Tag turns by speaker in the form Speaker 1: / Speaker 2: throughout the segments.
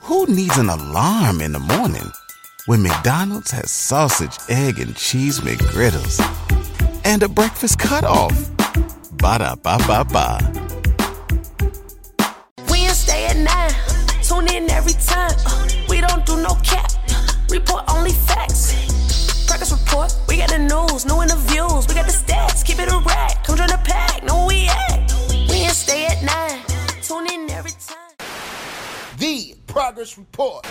Speaker 1: Who needs an alarm in the morning when McDonald's has sausage, egg, and cheese McGriddles and a breakfast cutoff? Ba da ba ba ba.
Speaker 2: Wednesday at 9. Tune in every time. Uh, we don't do no cap. Report only facts. Practice report. We got the news, new interviews. We got the stats. Keep it a rack. Come join the pack. Know where we at. Wednesday at 9. Tune in every time.
Speaker 3: The Progress Report.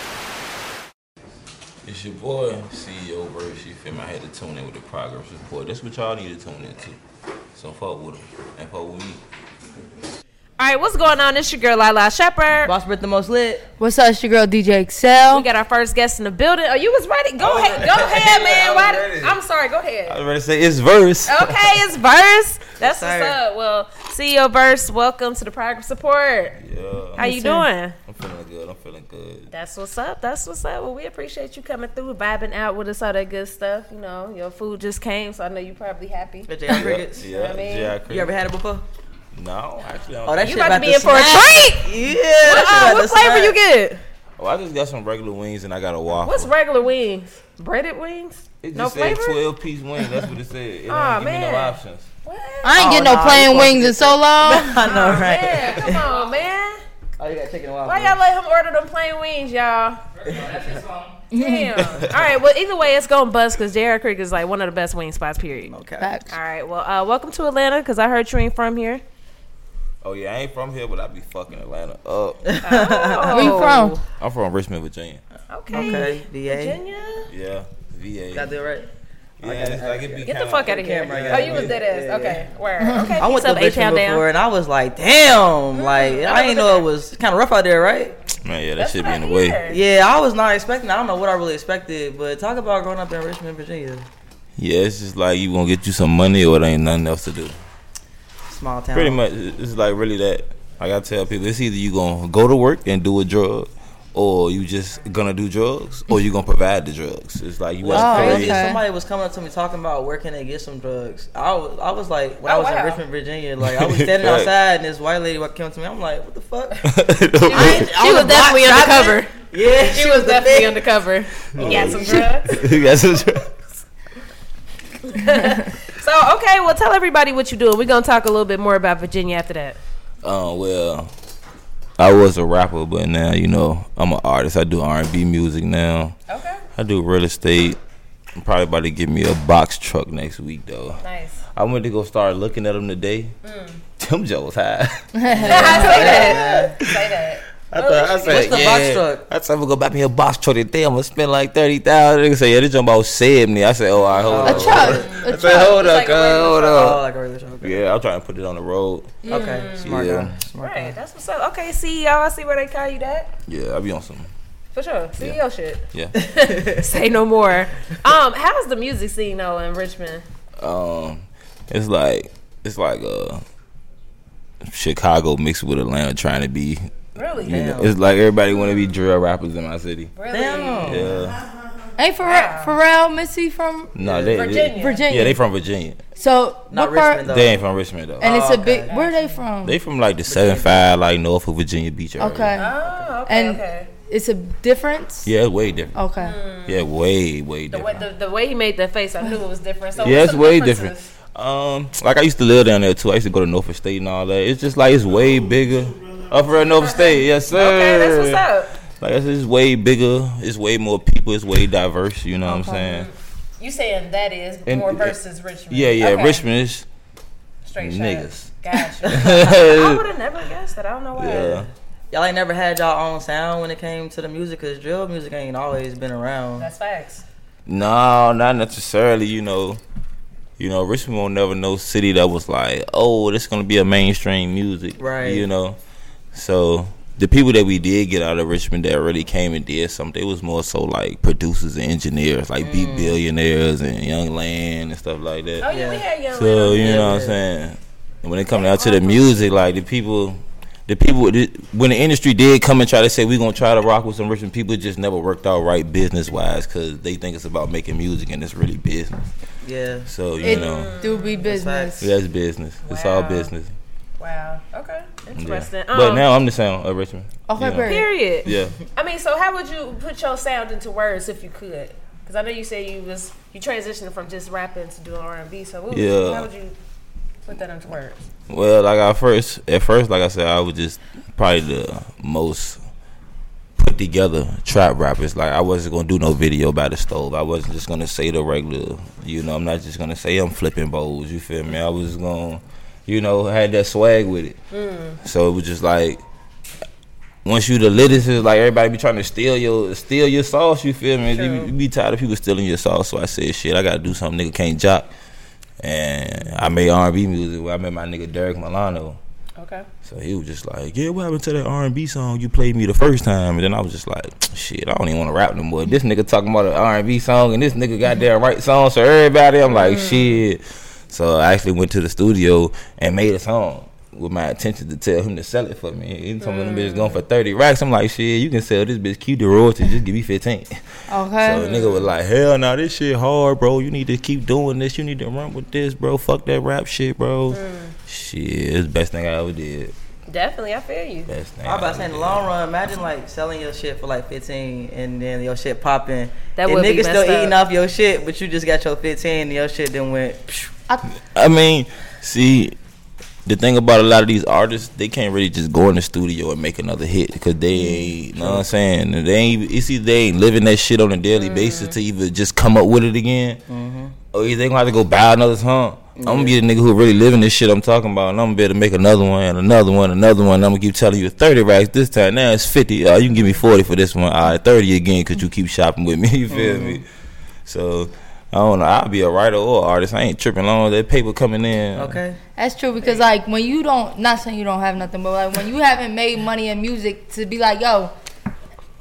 Speaker 4: It's your boy, CEO Burris. You feel me? I had to tune in with the progress report. That's what y'all need to tune into. So fuck with them and fuck with me.
Speaker 5: All right, what's going on? It's your girl Lila Shepherd.
Speaker 6: Boss Brit the most lit.
Speaker 7: What's up, it's your girl DJ Excel.
Speaker 5: We got our first guest in the building. Oh, you was ready? Go ahead, go ahead, man. Why did- I'm sorry. Go ahead.
Speaker 4: I was ready to say it's verse.
Speaker 5: Okay, it's Verse. That's
Speaker 6: Sorry.
Speaker 5: what's up. Well, CEO Verse, welcome to the Progress Support.
Speaker 4: Yeah,
Speaker 5: How you doing?
Speaker 4: I'm feeling good. I'm feeling good.
Speaker 5: That's what's up. That's what's up. Well, we appreciate you coming through, vibing out with us, all that good stuff. You know, your food just came, so I know you probably happy.
Speaker 6: The JR Crickets.
Speaker 4: Yeah,
Speaker 5: I mean,
Speaker 4: yeah,
Speaker 6: You ever had it before?
Speaker 4: No, actually, I
Speaker 6: Oh,
Speaker 4: don't.
Speaker 6: that
Speaker 5: You
Speaker 6: shit
Speaker 5: about to be in for a
Speaker 6: smack.
Speaker 5: treat.
Speaker 6: Yeah.
Speaker 5: Uh, what flavor you get?
Speaker 4: oh, I just got some regular wings and I got a waffle.
Speaker 5: What's regular wings? Breaded wings?
Speaker 4: It
Speaker 5: no
Speaker 4: just said
Speaker 5: flavor?
Speaker 4: 12 piece wings. That's what it said. It
Speaker 5: Aw,
Speaker 4: didn't give me no
Speaker 5: man.
Speaker 4: options.
Speaker 5: What?
Speaker 7: I ain't getting no
Speaker 6: nah,
Speaker 7: plain
Speaker 6: we supposed
Speaker 7: wings in so long.
Speaker 6: I know, right?
Speaker 5: Yeah, come on, man.
Speaker 6: Oh, you got chicken and
Speaker 5: Why y'all let him order them plain wings, y'all? Damn. All right. Well, either way, it's gonna bust because Jared Creek is like one of the best wing spots. Period.
Speaker 6: Okay.
Speaker 7: Facts.
Speaker 5: All right. Well, uh, welcome to Atlanta because I heard you ain't from here.
Speaker 4: Oh, yeah, I ain't from here, but I be fucking Atlanta up.
Speaker 5: Oh,
Speaker 7: Where you from?
Speaker 4: I'm from Richmond, Virginia.
Speaker 5: Okay.
Speaker 6: Okay, VA.
Speaker 5: Virginia.
Speaker 4: Yeah, VA.
Speaker 6: Got that right.
Speaker 4: Yeah, it's like it be
Speaker 5: Get the
Speaker 4: kinda-
Speaker 5: fuck out of here.
Speaker 6: camera, yeah.
Speaker 5: Oh, you was dead ass.
Speaker 6: Yeah,
Speaker 5: okay. Where? Okay.
Speaker 6: I
Speaker 5: peace
Speaker 6: went to
Speaker 5: up, H-Town
Speaker 6: Richmond
Speaker 5: down.
Speaker 6: before, and I was like, damn. Like,
Speaker 5: Mm, I
Speaker 6: I
Speaker 5: never
Speaker 6: didn't know it
Speaker 5: been
Speaker 6: was kind of rough out there, right?
Speaker 4: Man, yeah, that
Speaker 5: That's
Speaker 4: should
Speaker 5: what
Speaker 4: be in
Speaker 5: I
Speaker 4: the way.
Speaker 5: hear.
Speaker 6: Yeah, I was not expecting. I don't know what I really expected, but talk about growing up in Richmond, Virginia,
Speaker 4: Yeah, it's just like you gonna get you some money or it ain't nothing else to do.
Speaker 6: small town.
Speaker 4: Pretty much, it- it's like really that. Like I tell people, it's either you gonna go to work and do a drug, or you just gonna do drugs, or you gonna provide the drugs. It's like you
Speaker 6: What's
Speaker 4: wasn't
Speaker 7: Oh,
Speaker 4: crazy.
Speaker 6: crazy is
Speaker 7: okay.
Speaker 6: somebody was coming up to me talking about where can they get some drugs. I was, I was like, when I
Speaker 5: Oh,
Speaker 6: was
Speaker 5: wow.
Speaker 6: in Richmond, Virginia, like I was standing
Speaker 4: Right.
Speaker 6: outside, and this white lady wa- came up to me. I'm like, what the fuck?
Speaker 5: She was definitely undercover.
Speaker 6: Yeah, she,
Speaker 5: She was definitely undercover.
Speaker 6: Oh.
Speaker 5: You got some drugs.
Speaker 4: That's a drug.
Speaker 5: So okay, well tell everybody what you doing. We're gonna talk a little bit more about Virginia after that.
Speaker 4: Uh, well, I was a rapper, but now you know I'm an artist. I do R&B music now.
Speaker 5: Okay.
Speaker 4: I do real estate. I'm probably about to give me a box truck next week though.
Speaker 5: Nice.
Speaker 4: I went to go start looking at them today. Tim Joe was high.
Speaker 5: say that. Say that.
Speaker 4: I thought I said,
Speaker 6: What's the box truck?
Speaker 4: I said, I'm gonna go buy me a box truck today. I'm gonna spend like thirty thousand. They say, yeah, this jump about seventy. I said, oh, I hold
Speaker 7: A
Speaker 4: on.
Speaker 7: truck. A
Speaker 4: I said,
Speaker 7: truck.
Speaker 4: hold up,
Speaker 5: like a
Speaker 4: cuz,
Speaker 5: regular
Speaker 4: hold
Speaker 6: Oh,
Speaker 4: up.
Speaker 6: like a regular show. Okay,
Speaker 4: Yeah, I'm trying to put it on the road.
Speaker 6: okay. smart
Speaker 4: Yeah.
Speaker 6: guy, smart guy.
Speaker 5: Right, that's what's up. Okay, CEO, I see where they call you that.
Speaker 4: Yeah, I be on some.
Speaker 5: For sure. CEO shit.
Speaker 4: Yeah.
Speaker 5: Say no more. Um, how's the music scene though in Richmond?
Speaker 4: um, it's like it's like uh Chicago mixed with Atlanta trying to be.
Speaker 5: Really?
Speaker 4: You know,
Speaker 6: Damn.
Speaker 4: it's like everybody want to be drill rappers in my city.
Speaker 5: Really?
Speaker 6: Damn.
Speaker 4: Yeah,
Speaker 7: Ain't Pharrell, Pharrell Missy from
Speaker 4: no, they, they-
Speaker 5: Virginia.
Speaker 7: Virginia?
Speaker 4: Yeah, they from Virginia.
Speaker 7: So
Speaker 6: Not
Speaker 7: what part-
Speaker 6: Richmond though.
Speaker 4: They ain't from Richmond though.
Speaker 7: And it's
Speaker 6: Oh,
Speaker 7: a big.
Speaker 6: okay.
Speaker 7: Where are they from?
Speaker 4: They from like the seven five, like north of Virginia Beach. area.
Speaker 7: okay.
Speaker 5: Oh, okay,
Speaker 7: And-
Speaker 5: okay.
Speaker 7: It's a difference.
Speaker 4: Yeah, it's way different.
Speaker 7: Okay.
Speaker 4: Yeah, way way
Speaker 5: Mm. The way,
Speaker 4: different.
Speaker 5: the, the way he made that face, I knew it was different. So
Speaker 4: yeah,
Speaker 5: what's
Speaker 4: it's
Speaker 5: the
Speaker 4: way different.
Speaker 5: differences?
Speaker 4: Um, like I used to live down there too. I used to go to Norfolk State and all that. It's just like it's way bigger. Up for Norfolk State, yes sir.
Speaker 5: Okay, that's what's up.
Speaker 4: Like it's, it's way bigger. It's way more people. It's way diverse. You know what I'm saying?
Speaker 5: You saying that is
Speaker 4: And-
Speaker 5: more versus Richmond?
Speaker 4: Yeah, yeah.
Speaker 5: Okay,
Speaker 4: Richmond is
Speaker 5: straight shot.
Speaker 4: niggas.
Speaker 5: Gotcha. I would
Speaker 4: yeah.
Speaker 5: have never guessed that. I don't know why.
Speaker 6: Y'all ain't never had y'all own sound when it came to the music, cause drill music ain't always been around.
Speaker 5: That's facts.
Speaker 4: No, not necessarily. You know, you know, Richmond will never know city that was like, oh, this gonna be a mainstream music.
Speaker 6: Right.
Speaker 4: You know, so. The people that we did get out of Richmond that really came and did something, it was more so like producers and engineers, like
Speaker 5: Mm.
Speaker 4: Beat Billionaires and Young Land and stuff like that.
Speaker 5: Oh yeah, we
Speaker 6: Yeah.
Speaker 5: had young.
Speaker 4: So
Speaker 5: Leno.
Speaker 4: you know what I'm saying. And when it comes down to the music, like the people, the people, the, when the industry did come and try to say we gonna try to rock with some Richmond people, it just never worked out right business wise because they think it's about making music and it's really business.
Speaker 6: Yeah.
Speaker 4: So you
Speaker 7: It
Speaker 4: know,
Speaker 7: do be business.
Speaker 4: that's business. It's all
Speaker 5: Wow.
Speaker 4: business.
Speaker 5: Wow. Okay. Interesting. Um,
Speaker 4: But now I'm the sound of Richmond.
Speaker 7: Okay,
Speaker 4: you know.
Speaker 7: period.
Speaker 5: period.
Speaker 4: Yeah.
Speaker 5: I mean, so how would you put your sound into words if you could? Because I know you said you was you transitioned from just rapping to doing R and B. So what would,
Speaker 4: Yeah.
Speaker 5: how would you put that into words?
Speaker 4: Well, like I first at first, like I said, I was just probably the most put together trap rappers. Like I wasn't gonna do no video by the stove. I wasn't just gonna say the regular. You know, I'm not just gonna say I'm flipping bowls. You feel me? I was gonna, you know, had that swag with it. So it was just like. Once you the littest, it's like everybody be trying to steal your steal your sauce. You feel me? You be, you be tired of people stealing your sauce. So I said, shit, I gotta do something. Nigga can't jock and I made R and B music where I met my nigga Derek Milano.
Speaker 5: Okay.
Speaker 4: So he was just like, "Yeah, what happened to that R and B song you played me the first time?" And then I was just like, "Shit, I don't even want to rap no more." This nigga talking about an R and B song, and this nigga goddamn right song. So everybody, I'm like, "Shit." So I actually went to the studio and made a song with my intention to tell him to sell it for me. He told me the bitch going for thirty racks. I'm like, "Shit, you can sell this bitch Q the royalties. Just give me 15. So
Speaker 7: Okay.
Speaker 4: nigga was like, hell nah, this shit hard, bro. You need to keep doing this. You need to run with this, bro. Fuck that rap shit, bro.
Speaker 6: Mm.
Speaker 4: Shit, it's the best thing I ever did.
Speaker 5: Definitely, I feel you.
Speaker 4: Best thing.
Speaker 6: I'm about to
Speaker 4: ever
Speaker 6: say in the
Speaker 4: did.
Speaker 6: long run, imagine like selling your shit for like 15 and then your shit popping.
Speaker 5: That
Speaker 6: and
Speaker 5: would be
Speaker 6: niggas still
Speaker 5: messed up.
Speaker 6: eating off your shit, but you just got your 15 and your shit then went. psh.
Speaker 4: I mean, see, the thing about a lot of these artists, they can't really just go in the studio and make another hit because they ain't, you know what I'm saying? They ain't, you see, they ain't living that shit on a daily basis to either just come up with it again or either they gonna have to go buy another song. I'm gonna be the nigga who really living this shit I'm talking about, and I'm gonna be able to make another one and another one, another one. And I'm gonna keep telling you it's 30 racks this time. Now it's 50. Uh, you can give me 40 for this one. All right, 30 again because you keep shopping with me. You feel me? So I don't know. I'll be a writer or an artist. I ain't tripping long as that paper coming in.
Speaker 6: Okay.
Speaker 7: That's true because like when you don't, not saying you don't have nothing, but like when you haven't made money in music to be like, yo,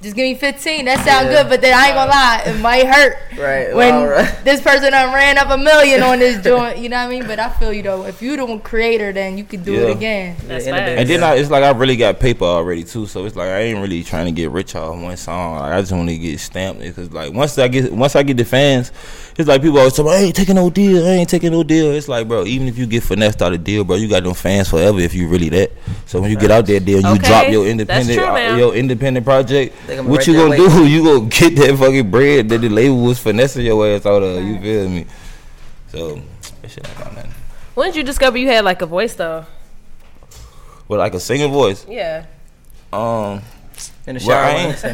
Speaker 7: just give me fifteen. That sound
Speaker 6: Yeah.
Speaker 7: good, but then I ain't gonna lie, it might hurt.
Speaker 6: Right,
Speaker 7: When
Speaker 6: well, right.
Speaker 7: this person done ran up a million on this joint, you know what I mean? But I feel you though. If you the creator, then you could do it
Speaker 4: Yeah.
Speaker 7: again.
Speaker 5: That's
Speaker 6: Yeah, in the
Speaker 5: fine.
Speaker 4: And then
Speaker 6: Yeah.
Speaker 4: I, it's like I really got paper already too, so it's like I ain't really trying to get rich off one song. Like, I just want to get stamped because like once I get once I get the fans, it's like people always tell me I ain't taking no deal, I ain't taking no deal. It's like bro, even if you get finessed out of deal, bro, you got them fans forever if you really that. So when you get out that deal, you
Speaker 5: Okay.
Speaker 4: drop your
Speaker 5: That's
Speaker 4: independent
Speaker 5: true,
Speaker 4: uh,
Speaker 5: ma'am.
Speaker 4: your independent project.
Speaker 6: They gonna
Speaker 4: What
Speaker 6: write
Speaker 4: you
Speaker 6: their
Speaker 4: gonna
Speaker 6: way.
Speaker 4: do? You gonna get that fucking bread that the label was finessing your ass out of. You feel me? So that shit ain't about nothing.
Speaker 5: when did you discover you had like a voice though?
Speaker 4: But like a singing voice,
Speaker 5: Yeah.
Speaker 4: um.
Speaker 6: In the
Speaker 4: Well,
Speaker 6: shower.
Speaker 4: I
Speaker 6: I ain't
Speaker 4: ain't,
Speaker 6: say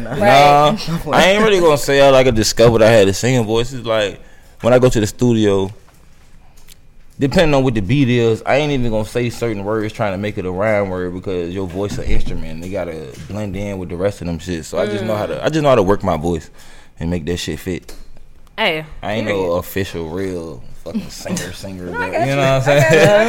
Speaker 6: nothing.
Speaker 4: nah, I ain't really gonna say I like I discovered I had a singing voice. It's like when I go to the studio, depending on what the beat is, I ain't even gonna say certain words trying to make it a rhyme word because your voice an instrument. They gotta blend in with the rest of them shit. So I just know how to I just know how to work my voice and make that shit fit.
Speaker 5: Hey.
Speaker 4: I ain't
Speaker 5: period.
Speaker 4: no official real fucking singer singer.
Speaker 5: I
Speaker 4: you
Speaker 5: got
Speaker 4: know
Speaker 5: you.
Speaker 4: what I'm
Speaker 5: I
Speaker 4: saying?
Speaker 5: got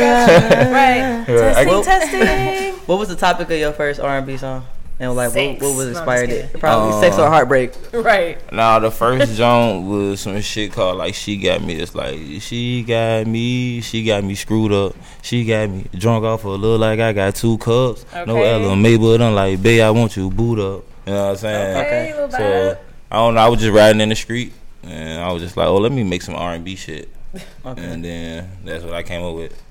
Speaker 5: you, I got you. Right. Testing,
Speaker 4: Well-
Speaker 5: testing.
Speaker 6: What was the topic of your first R&B song? And like, what,
Speaker 5: Sex.
Speaker 6: what was
Speaker 5: No, I'm
Speaker 6: inspired
Speaker 5: just
Speaker 6: it? Probably sex or heartbreak.
Speaker 5: right.
Speaker 4: Nah, the first joint was some shit called like "She Got Me." It's like she got me, she got me screwed up, she got me drunk off a little like I got two cups. No
Speaker 5: Okay.
Speaker 4: LMA, but I'm like, babe, I want you boot up. You know what I'm saying?
Speaker 5: Okay, little
Speaker 4: So
Speaker 5: vibe.
Speaker 4: I don't know. I was just riding in the street, and I was just like, oh, let me make some R and B shit, and then that's what I came up with.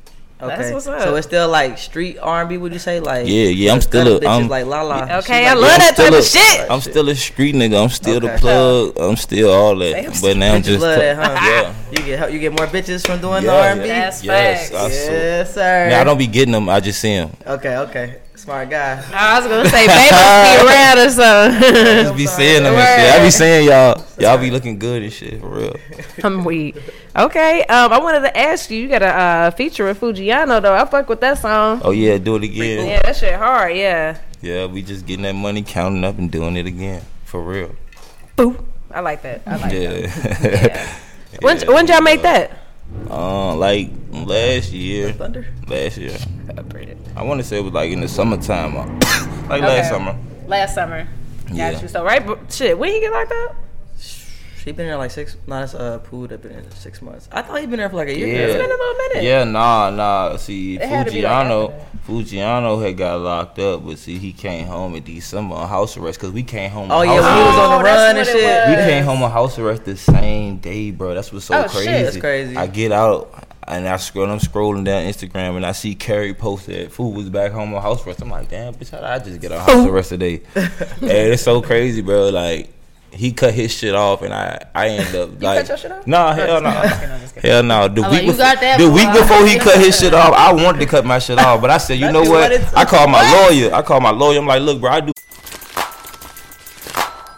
Speaker 6: Okay.
Speaker 5: what's up.
Speaker 6: So it's still like street R&B, would you say? Like
Speaker 4: Yeah, yeah, I'm still
Speaker 6: Kind
Speaker 4: a-
Speaker 6: of bitches
Speaker 4: I'm-
Speaker 6: like La La. She
Speaker 5: Okay, I
Speaker 6: like,
Speaker 5: love
Speaker 4: I'm
Speaker 5: that type
Speaker 4: still
Speaker 5: of
Speaker 4: a-
Speaker 5: shit.
Speaker 4: I'm still a street nigga. I'm still the
Speaker 6: Okay.
Speaker 4: plug. I'm still all
Speaker 5: Damn,
Speaker 4: that. But
Speaker 5: still
Speaker 4: now I'm
Speaker 6: bitches
Speaker 4: just
Speaker 6: love that, huh?
Speaker 4: yeah.
Speaker 6: You get help, you get more bitches from doing
Speaker 4: Yeah,
Speaker 6: the R&B.
Speaker 4: yeah.
Speaker 5: That's
Speaker 4: Yes,
Speaker 5: facts.
Speaker 4: I saw-
Speaker 6: Yes, sir.
Speaker 4: Now I don't be getting them. I just see them.
Speaker 6: Okay, okay. Smart guy.
Speaker 5: I was gonna say, baby, be around or something.
Speaker 4: just be saying them and shit. I be saying y'all, y'all be looking good and shit for real.
Speaker 5: I'm weak. Okay, um, I wanted to ask you. You got a uh, feature with Fujiano though. I fuck with that song.
Speaker 4: Oh yeah, do it again.
Speaker 5: Yeah, that shit hard. Yeah,
Speaker 4: Yeah, we just getting that money, counting up, and doing it again for real.
Speaker 5: boop. I like that. I like.
Speaker 4: Yeah.
Speaker 5: That. When when y'all make that?
Speaker 4: Uh, like last year,
Speaker 6: Thunder.
Speaker 4: last year,
Speaker 5: Upgraded.
Speaker 4: I want to say it was like in the summertime, uh, like
Speaker 5: Okay.
Speaker 4: last summer.
Speaker 5: Last summer. Got
Speaker 4: Yeah.
Speaker 5: you. So right, bu- shit. When he get locked up?
Speaker 6: She been there like six. No, that's uh, Pooh that been there six months. I thought he been there for like a year.
Speaker 5: It's been a
Speaker 4: Yeah.
Speaker 5: little minute.
Speaker 4: Yeah, nah, nah. See,
Speaker 5: had to be like
Speaker 4: Fujiano,
Speaker 5: after
Speaker 4: Fujiano had got locked up, but see, he came home in December on house arrest because we came home.
Speaker 6: Oh
Speaker 4: on
Speaker 6: yeah, when
Speaker 4: house
Speaker 6: he was on
Speaker 5: Oh,
Speaker 6: the
Speaker 5: that's
Speaker 6: run and
Speaker 5: what it
Speaker 6: shit.
Speaker 4: We came home on house arrest the same day, bro. That's what's so
Speaker 5: Oh, shit.
Speaker 4: crazy.
Speaker 6: That's crazy.
Speaker 4: I get out. And I scroll, I'm scrolling down Instagram, and I see Carrie posted food was back home on house arrest. I'm like, damn, bitch, how did I just get on house arrest today? and it's so crazy, bro. Like he cut his shit off, and I, I end up like,
Speaker 6: your shit off?
Speaker 4: nah, hell no, hell no. The
Speaker 7: I'm like,
Speaker 4: week,
Speaker 7: you
Speaker 4: befo-
Speaker 7: got that,
Speaker 4: the week
Speaker 7: boy.
Speaker 4: before he cut his shit off, I wanted to cut my shit off, but I said, you know what?
Speaker 6: what it
Speaker 4: I called my lawyer. I called my lawyer. I'm like, look, bro, I do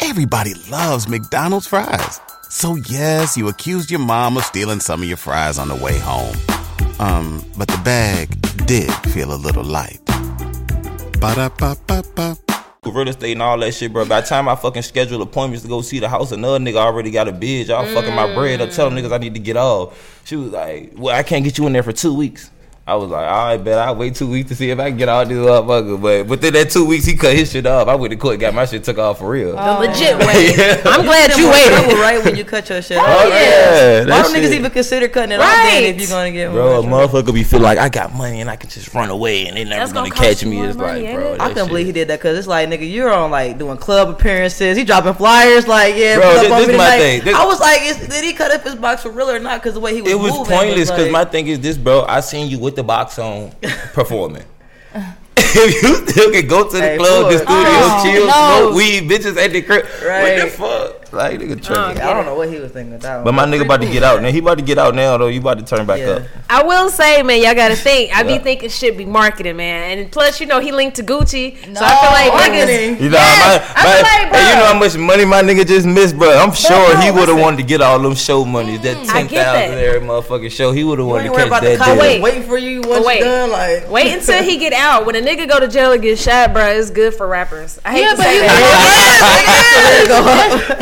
Speaker 1: Everybody loves McDonald's fries. So yes, you accused your mom of stealing some of your fries on the way home. Um, but the bag did feel a little light. Ba-da-ba-ba-ba.
Speaker 4: real estate and all that shit, bro. By the time I fucking schedule appointments to go see the house, another nigga already got a bid. Y'all fucking my bread up, telling niggas I need to get off. She was like, "Well, I can't get you in there for two weeks." I was like, "All right, bet I will wait two weeks to see if I can get all this motherfucker." But within that two weeks, he cut his shit off. I went to court, got my shit took off for real.
Speaker 5: Oh,
Speaker 6: The legit way.
Speaker 5: I'm glad you waited.
Speaker 6: Double right when you cut your shit.
Speaker 4: Oh, yeah,
Speaker 6: off. Why
Speaker 4: that
Speaker 6: don't niggas
Speaker 4: shit.
Speaker 6: even consider cutting it off then if
Speaker 5: Right.
Speaker 6: you're gonna get
Speaker 4: Bro, a
Speaker 6: one?
Speaker 4: motherfucker be feel like I got money and I can just run away and they never
Speaker 5: That's
Speaker 4: gonna,
Speaker 5: gonna
Speaker 4: catch
Speaker 5: cost you
Speaker 4: me.
Speaker 5: more
Speaker 4: It's
Speaker 5: money,
Speaker 4: like,
Speaker 5: ain't
Speaker 4: bro,
Speaker 5: it?
Speaker 6: I couldn't believe he did that because it's like nigga, you're on like doing club appearances. He dropping flyers, like yeah.
Speaker 4: Bro,
Speaker 6: pull up
Speaker 4: this-
Speaker 6: on
Speaker 4: this
Speaker 6: me
Speaker 4: my
Speaker 6: tonight.
Speaker 4: thing. This-
Speaker 6: I was like, is, did he cut up his box for real or not? Because the way he was,
Speaker 4: It was
Speaker 6: moving
Speaker 4: pointless because
Speaker 6: like-
Speaker 4: my thing is this, bro. I seen you with the box on performing. if you still can go to the
Speaker 6: Hey,
Speaker 4: club, the
Speaker 6: fuck.
Speaker 4: studio,
Speaker 7: Oh,
Speaker 4: chill,
Speaker 7: no.
Speaker 4: smoke weed, bitches at the crib. What the
Speaker 6: Right.
Speaker 4: fuck? Like nigga tripping.
Speaker 6: I don't know what he was thinking. That one.
Speaker 4: but my nigga about to get out now. He about to get out now though. You about to turn back
Speaker 6: Yeah.
Speaker 4: up.
Speaker 5: I will say, man, y'all gotta think. I be
Speaker 4: Yeah.
Speaker 5: thinking shit be marketing, man. And plus, you know, he linked to Gucci. So
Speaker 7: No,
Speaker 5: I feel like
Speaker 6: marketing.
Speaker 5: niggas.
Speaker 4: You know,
Speaker 5: Yes,
Speaker 4: my,
Speaker 5: I
Speaker 4: my,
Speaker 5: feel like,
Speaker 4: hey, you
Speaker 5: bro.
Speaker 4: know how much money my nigga just missed, bro. I'm sure he
Speaker 6: no,
Speaker 4: would have
Speaker 6: listen.
Speaker 4: wanted to get all them show money. That
Speaker 5: I
Speaker 4: ten
Speaker 5: get that.
Speaker 4: thousand every motherfucking show. He would have
Speaker 6: You
Speaker 4: wanted
Speaker 6: ain't
Speaker 4: to
Speaker 6: worried
Speaker 4: catch
Speaker 6: about the
Speaker 4: that
Speaker 6: cop
Speaker 4: deal.
Speaker 5: Wait.
Speaker 6: waiting for you once
Speaker 5: Wait.
Speaker 6: you're done. Like
Speaker 5: Wait until he get out. When a nigga go to jail and get shot, bro, it's good for rappers. I hate
Speaker 7: Yeah,
Speaker 5: to
Speaker 7: but
Speaker 5: say
Speaker 7: you
Speaker 5: that.
Speaker 4: For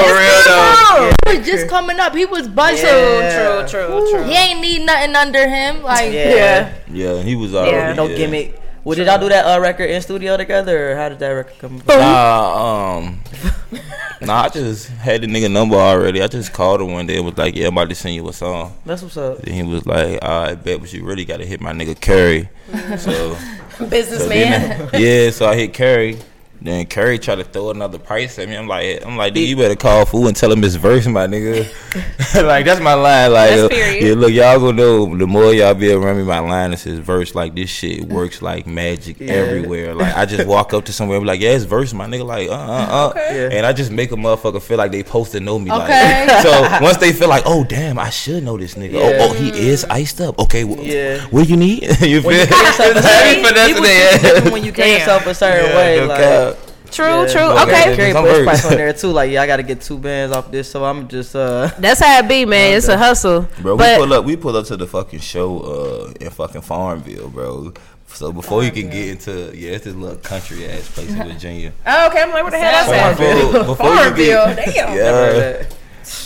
Speaker 4: real though.
Speaker 7: he was just coming up. He was busting.
Speaker 6: Yeah.
Speaker 5: True, true, true.
Speaker 7: He ain't need nothing under him. Like
Speaker 6: Yeah.
Speaker 4: Yeah, he was already.
Speaker 5: Yeah.
Speaker 6: No
Speaker 4: yeah.
Speaker 6: gimmick. Well, did y'all do that uh, record in studio together, or how did that record come? about?
Speaker 4: Nah, um, nah, I just had the nigga number already. I just called him one day and was like, "Yeah, I'm about to send you a song."
Speaker 6: That's what's up.
Speaker 4: Then he was like, "I bet, but you really gotta hit my nigga Curry." So, so then,
Speaker 5: Businessman.
Speaker 4: yeah, so I hit Curry. Then Curry tried to throw another price at me. I'm like, I'm like, dude, you better call fool and tell him it's verse, my nigga. like that's my line. Like,
Speaker 5: That's
Speaker 4: uh,
Speaker 5: period.
Speaker 4: yeah, look, y'all gonna know the more y'all be around me, my line is his verse. Like this shit works like magic everywhere. Like I just walk up to somewhere, and be like, yeah, it's verse, my nigga. Like, uh, uh, uh,
Speaker 6: Yeah.
Speaker 4: and I just make a motherfucker feel like they supposed to know me.
Speaker 7: Okay.
Speaker 4: Like, so once they feel like, oh damn, I should know this nigga.
Speaker 6: Yeah.
Speaker 4: Oh, oh, he is iced up. Okay, wh-
Speaker 6: Yeah.
Speaker 4: what do you need? you feel?
Speaker 6: When you kill yourself a certain-
Speaker 4: Hey, finesse
Speaker 6: you
Speaker 4: it in.
Speaker 6: was different when you kill
Speaker 5: Damn.
Speaker 6: yourself a certain
Speaker 4: Yeah,
Speaker 6: way.
Speaker 4: no
Speaker 6: like,
Speaker 4: cap.
Speaker 5: True,
Speaker 6: Yeah.
Speaker 5: true.
Speaker 4: No cap.
Speaker 5: Okay.
Speaker 4: Okay.
Speaker 6: Carry
Speaker 4: Some
Speaker 6: push
Speaker 4: birds.
Speaker 6: price on there too. Like, yeah, I gotta get two bands off this, so I'm just uh.
Speaker 5: That's how it be, man. It's a hustle.
Speaker 4: Bro,
Speaker 5: but
Speaker 4: we pull up. We pull up to the fucking show uh, in fucking Farmville, bro. So before you can get into yeah, it's this little country ass place in Virginia.
Speaker 5: Oh, okay. I'm like, where the hell that's at?
Speaker 4: Farmville. Before you get,
Speaker 5: Damn.
Speaker 4: yeah,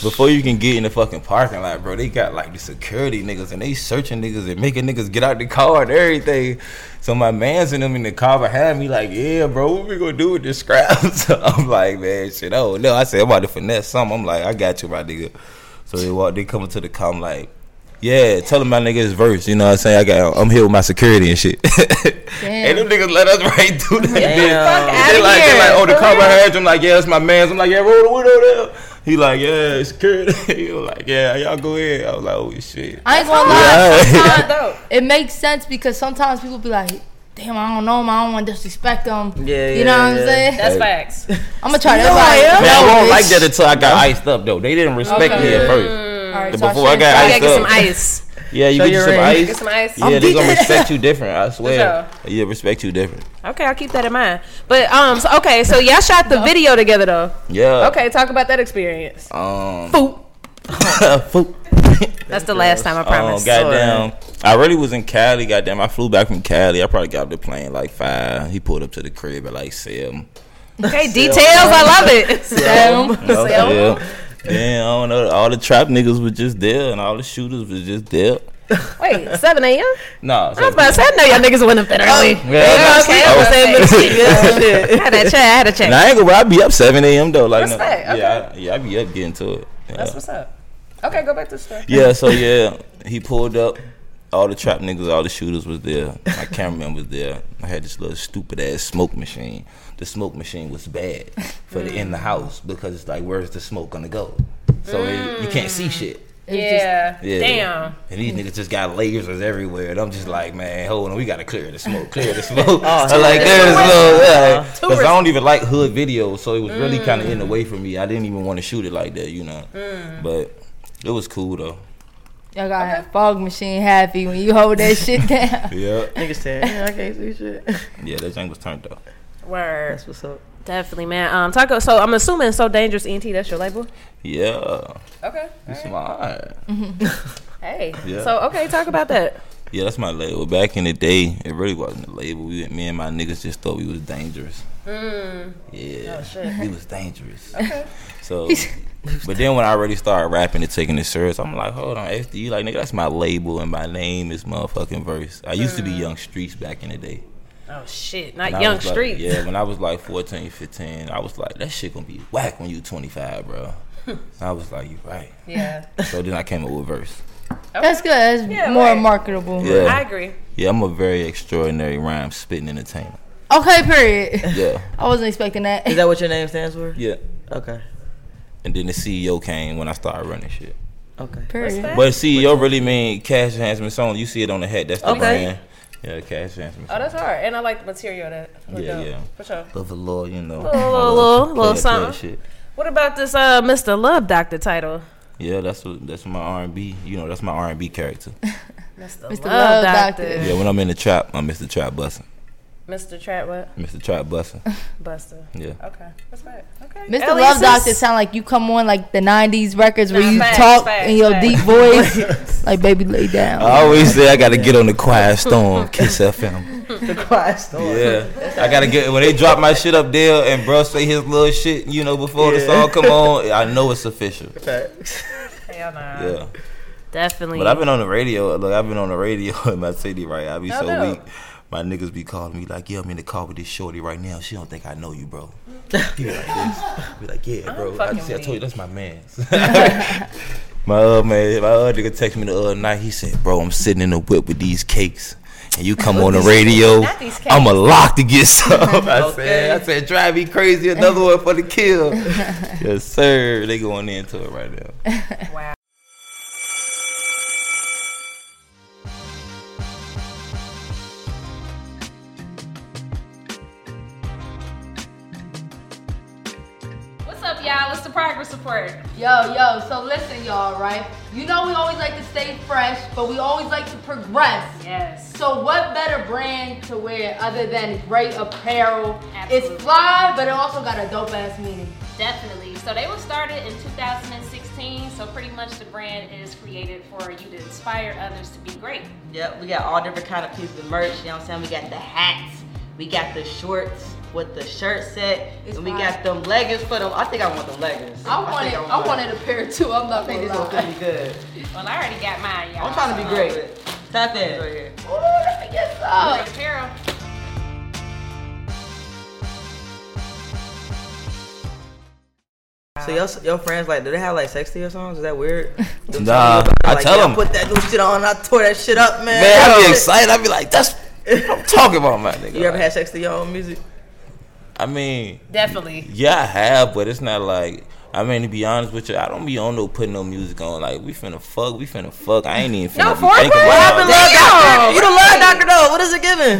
Speaker 4: before you can get in the fucking parking lot, bro, they got like the security niggas and they searching niggas and making niggas get out the car and everything. So my man's in them in the car behind me, like, yeah, bro, what we gonna do with this scrap? so I'm like, man, shit, oh no. I said, I'm about to finesse something. I'm like, I got you, my nigga. So they walk, they coming to the car, I'm like, yeah, tell him my nigga is verse. You know what I'm saying? I got, I'm here with my security and shit. and them niggas let us right through that. bitch.
Speaker 6: Damn.
Speaker 5: Outta
Speaker 4: They like, they
Speaker 5: here.
Speaker 4: like, oh, the
Speaker 5: For
Speaker 4: car
Speaker 5: real?
Speaker 4: behind you. I'm like, yeah, it's my man's. I'm like, yeah, roll the window down. He like, yeah, it's good. he was like, yeah, y'all go in. I was like, oh shit.
Speaker 7: I ain't gonna lie.
Speaker 4: Yeah.
Speaker 7: sometimes it makes sense because sometimes people be like, "Damn, I don't know him. I don't want to disrespect him."
Speaker 6: Yeah,
Speaker 7: you know
Speaker 6: yeah,
Speaker 7: what I'm
Speaker 6: yeah.
Speaker 7: saying?
Speaker 5: That's facts.
Speaker 7: I'm gonna try
Speaker 4: Man,
Speaker 7: that.
Speaker 4: I won't like that until I got iced up though. They didn't respect me at first.
Speaker 7: All right,
Speaker 4: But
Speaker 7: so
Speaker 4: before I
Speaker 7: shouldn't
Speaker 4: got
Speaker 7: try
Speaker 5: I
Speaker 4: iced
Speaker 5: gotta
Speaker 7: that.
Speaker 5: get some
Speaker 4: up.
Speaker 5: ice.
Speaker 4: Yeah, you
Speaker 6: Show
Speaker 4: get you
Speaker 6: your
Speaker 4: some
Speaker 6: ring.
Speaker 4: ice.
Speaker 5: Get some ice.
Speaker 4: Yeah, they gonna respect you different. I swear.
Speaker 5: For
Speaker 4: Yeah, respect you different.
Speaker 5: Okay, I'll keep that in mind. But um, so, okay, so y'all shot the video together though.
Speaker 4: Yeah.
Speaker 5: Okay, talk about that experience.
Speaker 4: Um.
Speaker 5: Boop.
Speaker 4: Food.
Speaker 5: That's the last time I
Speaker 4: Oh,
Speaker 5: promise.
Speaker 4: goddamn. I really was in Cali, goddamn. I flew back from Cali. I probably got off the plane like five. He pulled up to the crib at like seven.
Speaker 5: Okay, details. I love it.
Speaker 7: Damn.
Speaker 4: Oh,
Speaker 5: Sell.
Speaker 4: yeah. Damn, I don't know. All the trap niggas was just there, and all the shooters was just there.
Speaker 5: Wait, 7 a.m.
Speaker 4: Nah,
Speaker 5: I was about to say, I know y'all niggas went up that early.
Speaker 4: Oh, Yeah,
Speaker 5: okay,
Speaker 4: I
Speaker 5: I
Speaker 4: was-
Speaker 5: was saying, but shit,
Speaker 6: Yeah.
Speaker 5: I had to check. I had to check.
Speaker 4: Nah, I ain't gonna. lie, I be up seven a.m. though. Like, no,
Speaker 5: Respect, okay.
Speaker 4: yeah, I, yeah, I be up getting to it. Yeah.
Speaker 5: That's what's up. Okay, go back to the story.
Speaker 4: yeah, so yeah, he pulled up. All the trap niggas, all the shooters was there. My cameraman was there. I had this little stupid ass smoke machine. The smoke machine was bad
Speaker 5: Mm. Mm.
Speaker 4: for the in the house because it's like, where's the smoke gonna go? So it, you can't see shit.
Speaker 7: It was
Speaker 5: Yeah.
Speaker 4: Yeah.
Speaker 5: Damn.
Speaker 4: And these niggas just got lasers everywhere. And I'm just like, man, hold on, we gotta clear the smoke, clear the smoke. I'm like, clear the smoke. Oh, yeah.
Speaker 5: Too
Speaker 4: 'Cause I don't even like hood videos, so it was really kind of in the way for me. I didn't even want to shoot it like that, you know. But it was cool though.
Speaker 7: Just, y'all got that fog machine happy when you hold that shit down.
Speaker 4: Yeah.
Speaker 6: Niggas saying, yeah, I can't see shit.
Speaker 4: Yeah, that thing was turned up.
Speaker 5: Word.
Speaker 6: That's what's up.
Speaker 5: Definitely, man. Um, Taco. So I'm assuming so dangerous. Ent. That's your label.
Speaker 4: Yeah.
Speaker 5: Okay.
Speaker 4: It's my
Speaker 5: Hey.
Speaker 4: Yeah.
Speaker 5: So okay, talk about that.
Speaker 4: Yeah, that's my label. Back in the day, it really wasn't a label. We, me and my niggas just thought we was dangerous.
Speaker 5: Hmm. Oh,
Speaker 4: Yeah, we was dangerous. So, but then when I already started rapping and taking it serious, I'm like, hold on, SDU, like nigga, that's my label and my name is motherfucking verse. I used to be Young Streets back in the day.
Speaker 5: Oh shit, not
Speaker 4: When I
Speaker 5: Hmm. Young
Speaker 4: was like-
Speaker 5: Street.
Speaker 4: yeah, when I was like 14, 15, I was like, that shit gonna be whack when you 25, bro. I was like, you right.
Speaker 5: yeah.
Speaker 4: So then I came up with verse.
Speaker 7: That's good. That's
Speaker 5: Yeah,
Speaker 7: more
Speaker 5: right.
Speaker 7: marketable.
Speaker 4: Yeah,
Speaker 5: I agree.
Speaker 4: yeah, I'm a very extraordinary rhyme spitting entertainer.
Speaker 7: Okay, period.
Speaker 4: Yeah,
Speaker 7: I wasn't expecting that.
Speaker 6: Is that what your name stands for?
Speaker 4: yeah.
Speaker 6: Okay.
Speaker 4: And then the CEO came when I started running shit.
Speaker 6: Okay.
Speaker 7: Period.
Speaker 4: But CEO really mean Cash Enhancement Song. You see it on the hat. That's the
Speaker 6: Okay.
Speaker 4: brand. Yeah, Cash Enhancement
Speaker 5: Oh,
Speaker 4: Song.
Speaker 5: that's hard. And I like the material of that. For
Speaker 4: Yeah,
Speaker 5: sure.
Speaker 4: yeah.
Speaker 5: For sure.
Speaker 4: Love the Lord, you know.
Speaker 5: Little-
Speaker 4: I love
Speaker 5: little- little
Speaker 4: play that- play that
Speaker 5: something.
Speaker 4: shit.
Speaker 5: What about this uh Mr. Love Doctor title?
Speaker 4: Yeah, that's what, that's my R and B. You know, that's my R and B character.
Speaker 5: Mr.
Speaker 7: Love Doctor.
Speaker 4: Yeah, when I'm in the trap, I'm Mr. Trap Bussin.
Speaker 5: Mr. Trap what?
Speaker 4: Mr. Trap Bussin.
Speaker 5: Buster.
Speaker 4: Yeah.
Speaker 5: Okay. That's right. Okay.
Speaker 7: Mr.
Speaker 5: Aliases?
Speaker 7: Love Doctor sound like you come on like the '90s records where
Speaker 5: Nah,
Speaker 7: you
Speaker 5: facts,
Speaker 7: talk
Speaker 5: facts,
Speaker 7: in your
Speaker 5: facts.
Speaker 7: deep voice, like "Baby, lay down."
Speaker 6: Uh,
Speaker 4: I always say I gotta get on the Quiet Storm, Kiss FM.
Speaker 6: The quiet storm.
Speaker 4: Yeah, I gotta get when they drop my shit up there and bro say his little shit. You know, before the
Speaker 6: Yeah.
Speaker 4: song come on, I know it's official.
Speaker 6: Facts.
Speaker 5: Hell nah.
Speaker 4: Yeah.
Speaker 5: Definitely.
Speaker 4: But I've been on the radio. Look, I've been on the radio in my city, right? I be
Speaker 5: How
Speaker 4: so
Speaker 5: though?
Speaker 4: weak. My niggas be calling me like, "Yeah, I'm in the car with this shorty right now. She don't think I know you, bro." He be like this. Be like, "Yeah, bro. I,
Speaker 5: fucking
Speaker 4: see, I told you
Speaker 5: weak.
Speaker 4: that's my man." my uh man, my other nigga texted me the other night. He said, "Bro, I'm sitting in the whip with these cakes." And you come on the radio,
Speaker 5: Not these cakes.
Speaker 4: I'm a lock to get some. I
Speaker 6: Okay.
Speaker 4: said, I said, drive me crazy, another one for the kill. yes, sir. They going into it right now.
Speaker 5: wow. What's up, y'all? It's the progress report.
Speaker 7: Yo, yo, so listen, y'all, right? You know we always like to stay fresh, but we always like to progress.
Speaker 5: Yes.
Speaker 7: So what better brand to wear other than great apparel?
Speaker 5: Absolutely.
Speaker 7: It's fly, but it also got a dope ass meaning.
Speaker 8: Definitely. So they were started in 2016. So pretty much the brand is created for you to inspire others to be great.
Speaker 6: Yep, we got all different kind of pieces of merch, you know what I'm saying? We got the hats, we got the shorts with the shirt set,
Speaker 7: It's
Speaker 6: and we
Speaker 7: fire.
Speaker 6: got them leggings for them. I think I want them leggings.
Speaker 7: I Oh. wanted,
Speaker 6: think
Speaker 7: I
Speaker 6: them.
Speaker 7: wanted a pair too. I'm not
Speaker 6: I think
Speaker 7: gonna
Speaker 6: this gonna fit
Speaker 7: lie.
Speaker 6: me good.
Speaker 8: Well, I already got mine, y'all.
Speaker 6: I'm trying to be
Speaker 8: So,
Speaker 6: great. Tap in. Right here.
Speaker 7: Ooh, let me get some.
Speaker 8: Great apparel.
Speaker 6: So your your friends like, do they have like sexy songs? Is that weird? Them
Speaker 4: Nah,
Speaker 6: songs,
Speaker 4: I tell
Speaker 6: yeah,
Speaker 4: them.
Speaker 6: Put that new shit on. I tore that shit up, man.
Speaker 4: Man, I'd be
Speaker 6: Shit.
Speaker 4: excited. I'd be like, that's what I'm talking about, my nigga.
Speaker 6: You ever had sex to your own music?
Speaker 4: I mean,
Speaker 5: Definitely.
Speaker 4: yeah, I have, but it's not like. I mean, to be honest with you, I don't be on no putting no music on. Like, we finna fuck, we finna fuck. I ain't even finna
Speaker 5: No
Speaker 4: be
Speaker 5: foreplay?
Speaker 4: thinking
Speaker 5: What
Speaker 4: about
Speaker 5: happened,
Speaker 4: it.
Speaker 5: love
Speaker 6: Doctor,
Speaker 5: dog?
Speaker 6: You the love doctor though. What is it giving?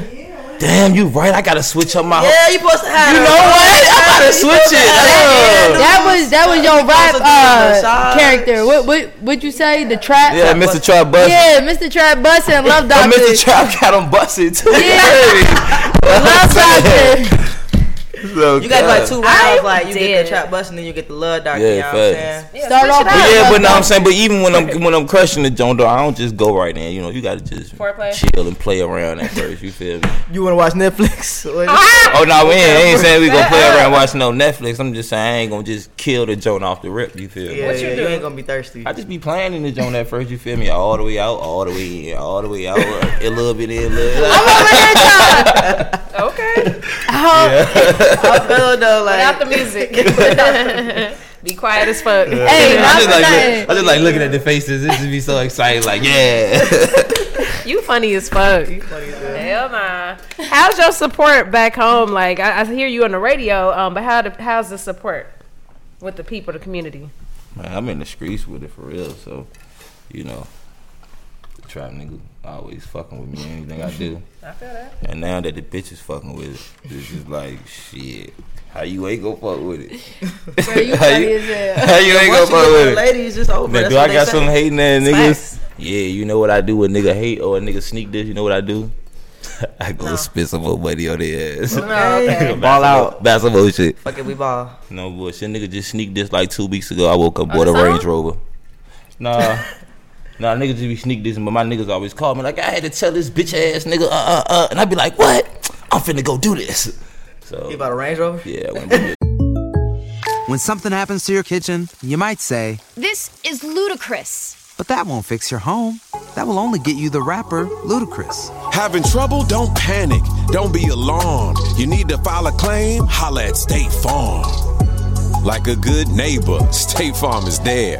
Speaker 4: Damn, you right. I gotta switch up my. whole
Speaker 6: Yeah, you supposed to have.
Speaker 4: Oh. You know
Speaker 6: it.
Speaker 4: what? I gotta switch it. up.
Speaker 7: That was that was your rap
Speaker 6: Also do the
Speaker 7: uh,
Speaker 6: sides.
Speaker 7: character. What what would you say? The trap.
Speaker 4: Yeah, Mr. Trap Bus.
Speaker 7: Yeah, Mr. Trap Bus and Love
Speaker 4: But
Speaker 7: Doctor.
Speaker 4: Mr. Trap got him busted too.
Speaker 7: Yeah. Love Doctor.
Speaker 4: So,
Speaker 6: You got like two rounds. Like you get
Speaker 5: dead.
Speaker 6: the trap bust and then you get the love doctor.
Speaker 4: Yeah,
Speaker 6: you know what I'm
Speaker 4: facts.
Speaker 6: saying?
Speaker 7: Start off.
Speaker 4: But
Speaker 7: with
Speaker 4: yeah,
Speaker 7: Love
Speaker 4: but no, I'm
Speaker 7: Doctor.
Speaker 4: saying, but even when I'm when I'm crushing the joint, though, I don't just go right in. You know, you gotta just
Speaker 5: Foreplay.
Speaker 4: chill and play around at first. You feel me?
Speaker 6: You wanna watch Netflix? What is-
Speaker 5: Ah!
Speaker 4: Oh no, we ain't, ain't saying we gonna play around watching no Netflix. I'm just saying I ain't gonna just kill the joint off the rip. You feel me?
Speaker 6: Yeah,
Speaker 5: What you
Speaker 6: yeah,
Speaker 5: do?
Speaker 6: ain't gonna be thirsty.
Speaker 4: I just be playing in the joint at first. You feel me? All the way out, all the way in, all the way out, a little bit in, a little. Out.
Speaker 5: Okay. Oh.
Speaker 6: I feel though
Speaker 5: Without
Speaker 6: like
Speaker 5: the music. Be quiet as fuck.
Speaker 7: Hey,
Speaker 4: I
Speaker 7: not
Speaker 4: just
Speaker 7: for
Speaker 4: like
Speaker 7: nothing.
Speaker 4: look, I just like looking at the faces. It just be so excited. Like yeah.
Speaker 5: You funny as fuck. Hell nah. How's your support back home? Like I, I hear you on the radio, um, but how the, how's the support with the people, the community?
Speaker 4: Man, I'm in the streets with it for real. So you know, the trap nigga always fucking with me in anything I do.
Speaker 5: I feel that.
Speaker 4: And now that the bitch is fucking with it, it's just like shit. How you ain't gonna fuck with it?
Speaker 7: Bro, you
Speaker 4: how
Speaker 7: funny
Speaker 4: you,
Speaker 7: as hell.
Speaker 4: how you ain't gonna fuck with it?
Speaker 6: ladies just over.
Speaker 4: Now,
Speaker 6: That's
Speaker 4: do
Speaker 6: what
Speaker 4: I
Speaker 6: they
Speaker 4: got
Speaker 6: say.
Speaker 4: some hating ass
Speaker 6: Facts.
Speaker 4: niggas? Yeah, you know what I do when nigga hate or a nigga sneak this. You know what I do? I go spit some more money on their ass.
Speaker 6: No, okay.
Speaker 4: Ball out, buy some more shit.
Speaker 6: Fuck it, we ball.
Speaker 4: No bullshit, nigga just sneaked this like two weeks ago. I woke up bought a
Speaker 5: the song?
Speaker 4: Range Rover. Nah. Nah, niggas just be sneak this, but my niggas always call me like I had to tell this bitch ass nigga, uh, uh, uh, and I be like, what? I'm finna go do this. So
Speaker 6: You about a Range Rover?
Speaker 4: yeah, I went and did it.
Speaker 9: When something happens to your kitchen, you might say,
Speaker 10: This is ludicrous.
Speaker 9: but that won't fix your home. That will only get you the rapper, Ludacris.
Speaker 11: Having trouble? Don't panic. Don't be alarmed. You need to file a claim? Holla at State Farm. Like a good neighbor, State Farm is there.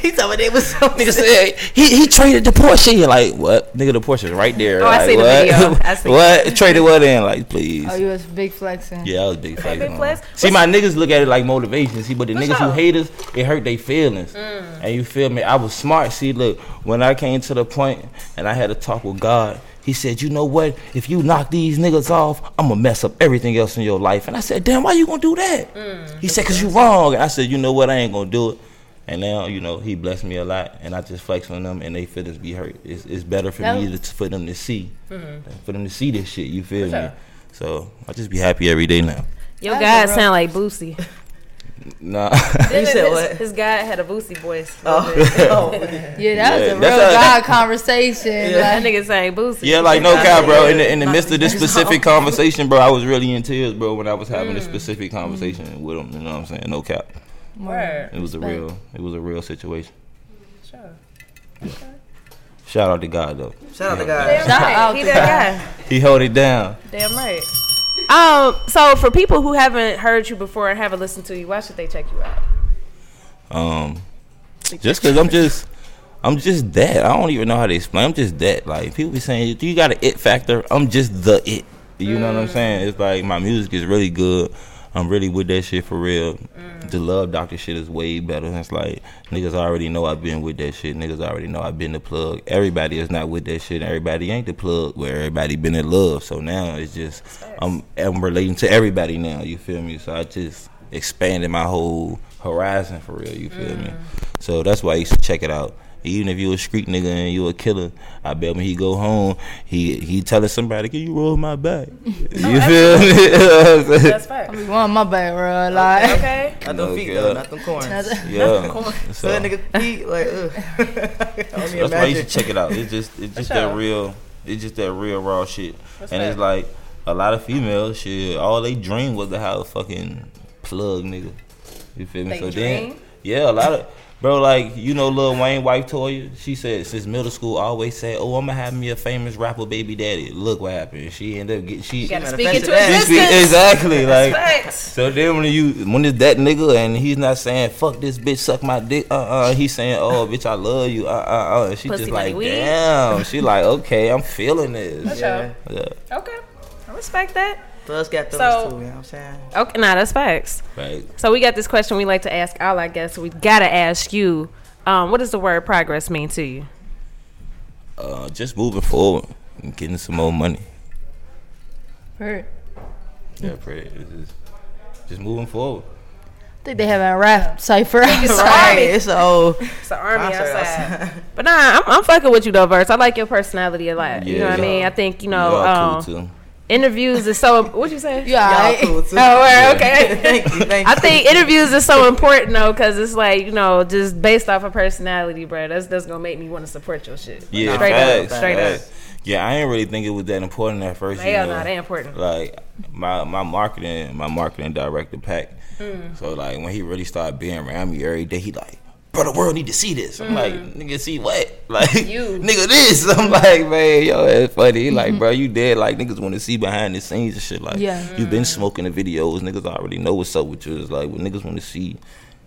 Speaker 6: He told me they was so
Speaker 4: nigga said he he traded the Porsche. You're Like what? Nigga, the Porsche's right there.
Speaker 5: Oh, I
Speaker 4: like,
Speaker 5: see the
Speaker 4: what?
Speaker 5: video. I see.
Speaker 4: what? Traded what in? Like please.
Speaker 7: Oh, you was big flexing.
Speaker 4: Yeah, I was big flex.
Speaker 5: big
Speaker 4: on
Speaker 5: flex?
Speaker 4: them. See, my niggas look at it like motivation. See, but the niggas who
Speaker 5: sure.
Speaker 4: hate us, it hurt their feelings.
Speaker 7: Mm.
Speaker 4: And you feel me? I was smart. See, look, when I came to the point and I had a talk with God, He said, "You know what? If you knock these niggas off, I'm gonna mess up everything else in your life." And I said, "Damn, why you gonna do that?"
Speaker 7: Mm.
Speaker 4: He said, "Cause you wrong." And I said, "You know what? I ain't gonna do it." And now, you know, he blessed me a lot, and I just flex on them, and they feelings be hurt. It's, it's better for
Speaker 7: That
Speaker 4: me
Speaker 7: was- Mm-hmm.
Speaker 4: to, for them to see, for them to see this shit. You feel me? So I just be happy every day now.
Speaker 5: Your
Speaker 7: That's
Speaker 5: guy
Speaker 7: a real-
Speaker 5: sound like Boosie.
Speaker 4: Nah.
Speaker 5: You
Speaker 6: said what?
Speaker 5: His guy had a Boosie voice.
Speaker 7: Yeah, that was
Speaker 4: Yeah,
Speaker 7: a
Speaker 4: that's
Speaker 7: real
Speaker 4: how-
Speaker 7: God conversation.
Speaker 5: That
Speaker 7: Like,
Speaker 5: nigga sang Boosie.
Speaker 4: yeah, like no cap, bro. In the, in the midst of this specific conversation, bro, I was really in tears, bro, when I was having this specific conversation with him. You know what I'm saying? No cap.
Speaker 5: Word.
Speaker 4: It was a
Speaker 7: Respect.
Speaker 4: real, it was a real situation. Shout out to God though.
Speaker 6: Shout out to God.
Speaker 7: Shout out
Speaker 5: He
Speaker 7: to
Speaker 5: that guy.
Speaker 4: He held it down.
Speaker 5: Damn right. Um, so for people who haven't heard you before and haven't listened to you, why should they check you out?
Speaker 4: Um, just cause I'm just, I'm just that. I don't even know how to explain. I'm just that. Like people be saying, do you got an it factor? I'm just the it. You know what I'm saying? It's like my music is really good. I'm really with that shit for real. The love doctor shit is way better. It's like niggas already know I've been with that shit. Niggas already know I've been the plug. Everybody is not with that shit. Everybody ain't the plug. Where everybody been in love. So now it's just I'm I'm relating to everybody now. You feel me? So I just expanded my whole horizon for real. You feel me? So that's why you should check it out. Even if you a street nigga and you a killer, I bet when he go home, he he telling somebody, "Can you roll my back?" You feel me?
Speaker 5: That's fact.
Speaker 7: you want my bad, bro. Like,
Speaker 5: Okay.
Speaker 6: Not
Speaker 4: No
Speaker 6: them feet, though.
Speaker 4: God.
Speaker 6: Not them corns.
Speaker 4: yeah. So
Speaker 6: That nigga feet, like, ugh. I don't even
Speaker 4: that's why you should
Speaker 6: imagine.
Speaker 4: check it out. It's just it's just that
Speaker 5: up?
Speaker 4: real it's just that real raw shit. and it's
Speaker 5: that?
Speaker 4: like a lot of females shit. All they dream was to have a fucking plug nigga. You feel me?
Speaker 5: They
Speaker 4: so
Speaker 5: dream?
Speaker 4: then yeah, a lot of bro like you know Lil Wayne wife Toya. She said since middle school always said, "Oh, I'm gonna have me a famous rapper baby daddy." Look what happened. She ended up getting she.
Speaker 5: Gotta
Speaker 6: manifested
Speaker 5: speak into
Speaker 6: that.
Speaker 4: she speak-
Speaker 5: existence.
Speaker 4: exactly like
Speaker 5: Facts.
Speaker 4: so then when you when it's that nigga and he's not saying fuck this bitch suck my dick uh uh he's saying oh bitch I love you uh uh uh and she
Speaker 5: Pussy
Speaker 4: just
Speaker 5: like
Speaker 4: like
Speaker 5: weed.
Speaker 4: damn she like okay I'm feeling this
Speaker 5: Yeah.
Speaker 4: yeah
Speaker 5: Okay. I respect that.
Speaker 6: Thugs got thugs,
Speaker 5: So-
Speaker 6: too. You know what I'm saying?
Speaker 5: Okay, nah, that's facts.
Speaker 4: right
Speaker 5: So we got this question we like to ask all our guests. So we gotta ask you, um, what does the word progress mean to you?
Speaker 4: uh just moving forward and getting some more money
Speaker 7: Heard.
Speaker 4: yeah pretty it's just just moving forward
Speaker 7: I think they having a rap cipher outside.
Speaker 6: Right. It's a old.
Speaker 5: It's an army
Speaker 6: Concert
Speaker 5: outside. but nah, I'm, I'm fucking with you though, Verse. I like your personality a lot. you
Speaker 4: Yeah.
Speaker 5: know what I mean? I think you know
Speaker 4: Y'all
Speaker 5: um,
Speaker 4: cool too
Speaker 5: interviews is so. What you say?
Speaker 7: You all right?
Speaker 6: cool, too.
Speaker 5: Oh, word, okay.
Speaker 6: Thank you. Thank you.
Speaker 5: I think interviews is so important though, because it's like you know, just based off of personality, bro. That's that's gonna make me want to support your shit. Like,
Speaker 4: yeah
Speaker 5: straight
Speaker 4: facts,
Speaker 5: up, straight
Speaker 4: facts. yeah I ain't really think it was that important at first
Speaker 5: up.
Speaker 4: you
Speaker 5: Hell
Speaker 4: know.
Speaker 5: no, they important.
Speaker 4: like my my marketing my marketing director Pack. So like when he really started being around me every day, he like, bro, the world need to see this. I'm like, nigga, see what? Like,
Speaker 5: You.
Speaker 4: nigga, this. I'm like, man, yo, that's funny. He like, bro, you dead. Like niggas want to see behind the scenes and shit. Like,
Speaker 7: Yeah.
Speaker 4: you been smoking the videos. Niggas already know what's up with you. It's like, what niggas want to see,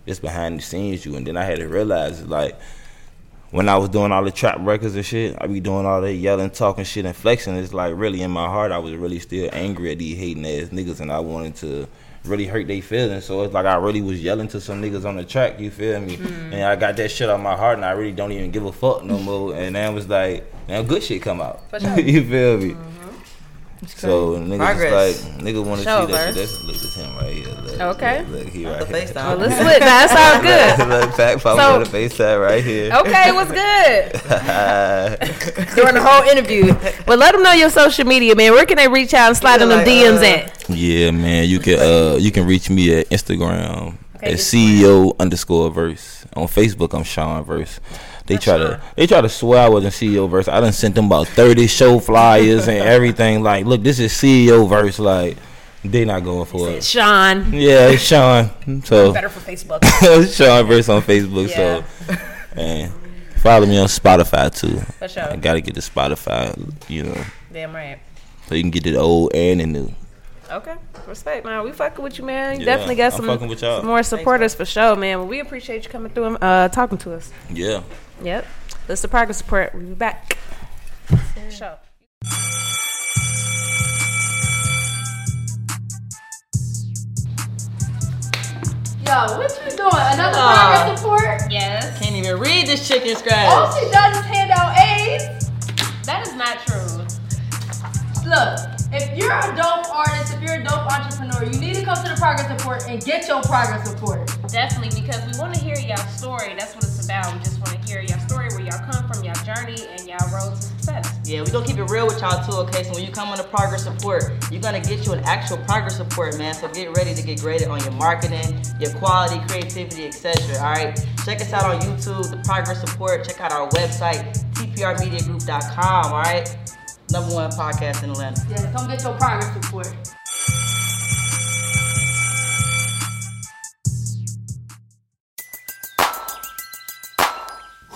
Speaker 4: it's behind the scenes you. And then I had to realize, like when I was doing all the trap records and shit, I be doing all that yelling, talking shit, and flexing. It's like really in my heart, I was really still angry at these hating ass niggas, and I wanted to really hurt their feelings. So it's like I really was yelling to some niggas on the track. You feel me?
Speaker 12: Mm.
Speaker 4: And I got that shit on my heart, and I really don't even give a fuck no more. And now it's like now good shit come out.
Speaker 5: For sure. Mm-hmm.
Speaker 4: you feel me? So
Speaker 5: crazy.
Speaker 4: niggas
Speaker 5: Progress.
Speaker 4: is like nigga want to
Speaker 5: Show
Speaker 4: see that
Speaker 5: verse.
Speaker 4: shit. That's look at him right here. Look,
Speaker 5: Okay.
Speaker 4: Look, look he right
Speaker 5: the
Speaker 4: here.
Speaker 5: FaceTime. Well, let's switch. Now, that's all good.
Speaker 4: look, Pac Pop
Speaker 5: So-
Speaker 4: on the FaceTime right here. Uh,
Speaker 5: Okay, what's good?
Speaker 4: During
Speaker 5: During the whole interview. But let them know your social media, man. Where can they reach out and slide in them DMs
Speaker 4: uh,
Speaker 5: at?
Speaker 4: Yeah, man. You can uh you can reach me at Instagram
Speaker 5: Okay,
Speaker 4: at CEO underscore verse. On Facebook I'm Sean Verse. They try to they try to swear I wasn't CEO verse. I done sent them about thirty show flyers and everything. Like, look, this is CEO verse. Like, they not going for it.
Speaker 5: Sean.
Speaker 4: Yeah, it's Sean. So
Speaker 5: Better for Facebook.
Speaker 4: Sean verse on Facebook. So and follow me on Spotify too.
Speaker 5: For sure.
Speaker 4: I gotta get to Spotify. You know,
Speaker 5: Damn right.
Speaker 4: so you can get the old and the new.
Speaker 5: Okay, respect, man. We fucking with you, man. You
Speaker 4: Yeah,
Speaker 5: definitely got
Speaker 4: I'm
Speaker 5: some,
Speaker 4: fucking with y'all.
Speaker 5: some more supporters for sure, man. Well, we appreciate you coming through and uh, talking to us.
Speaker 4: Yeah.
Speaker 5: Yep. That's the progress report. We'll be back. Show.
Speaker 7: Yo, what you doing? Another
Speaker 8: Aw.
Speaker 7: progress report?
Speaker 13: Yes.
Speaker 8: Can't even read this chicken scratch.
Speaker 7: All she does is hand out A's.
Speaker 13: That is not true.
Speaker 7: Look, if you're a dope artist, if you're a dope entrepreneur, you need to come to the progress report and get your progress report.
Speaker 13: Definitely, because we want to hear y'all story. That's what it's about. We just want to hear y'all story, where y'all come from, y'all journey, and y'all road to success.
Speaker 8: Yeah, we gonna keep it real with y'all too, okay? So when you come on the progress report, you're gonna get you an actual progress report, man. So get ready to get graded on your marketing, your quality, creativity, etc. All right. Check us out on YouTube, the progress report. Check out our website, tprmediagroup.com. All right. Number one podcast in Atlanta.
Speaker 7: Yeah, come get your progress report.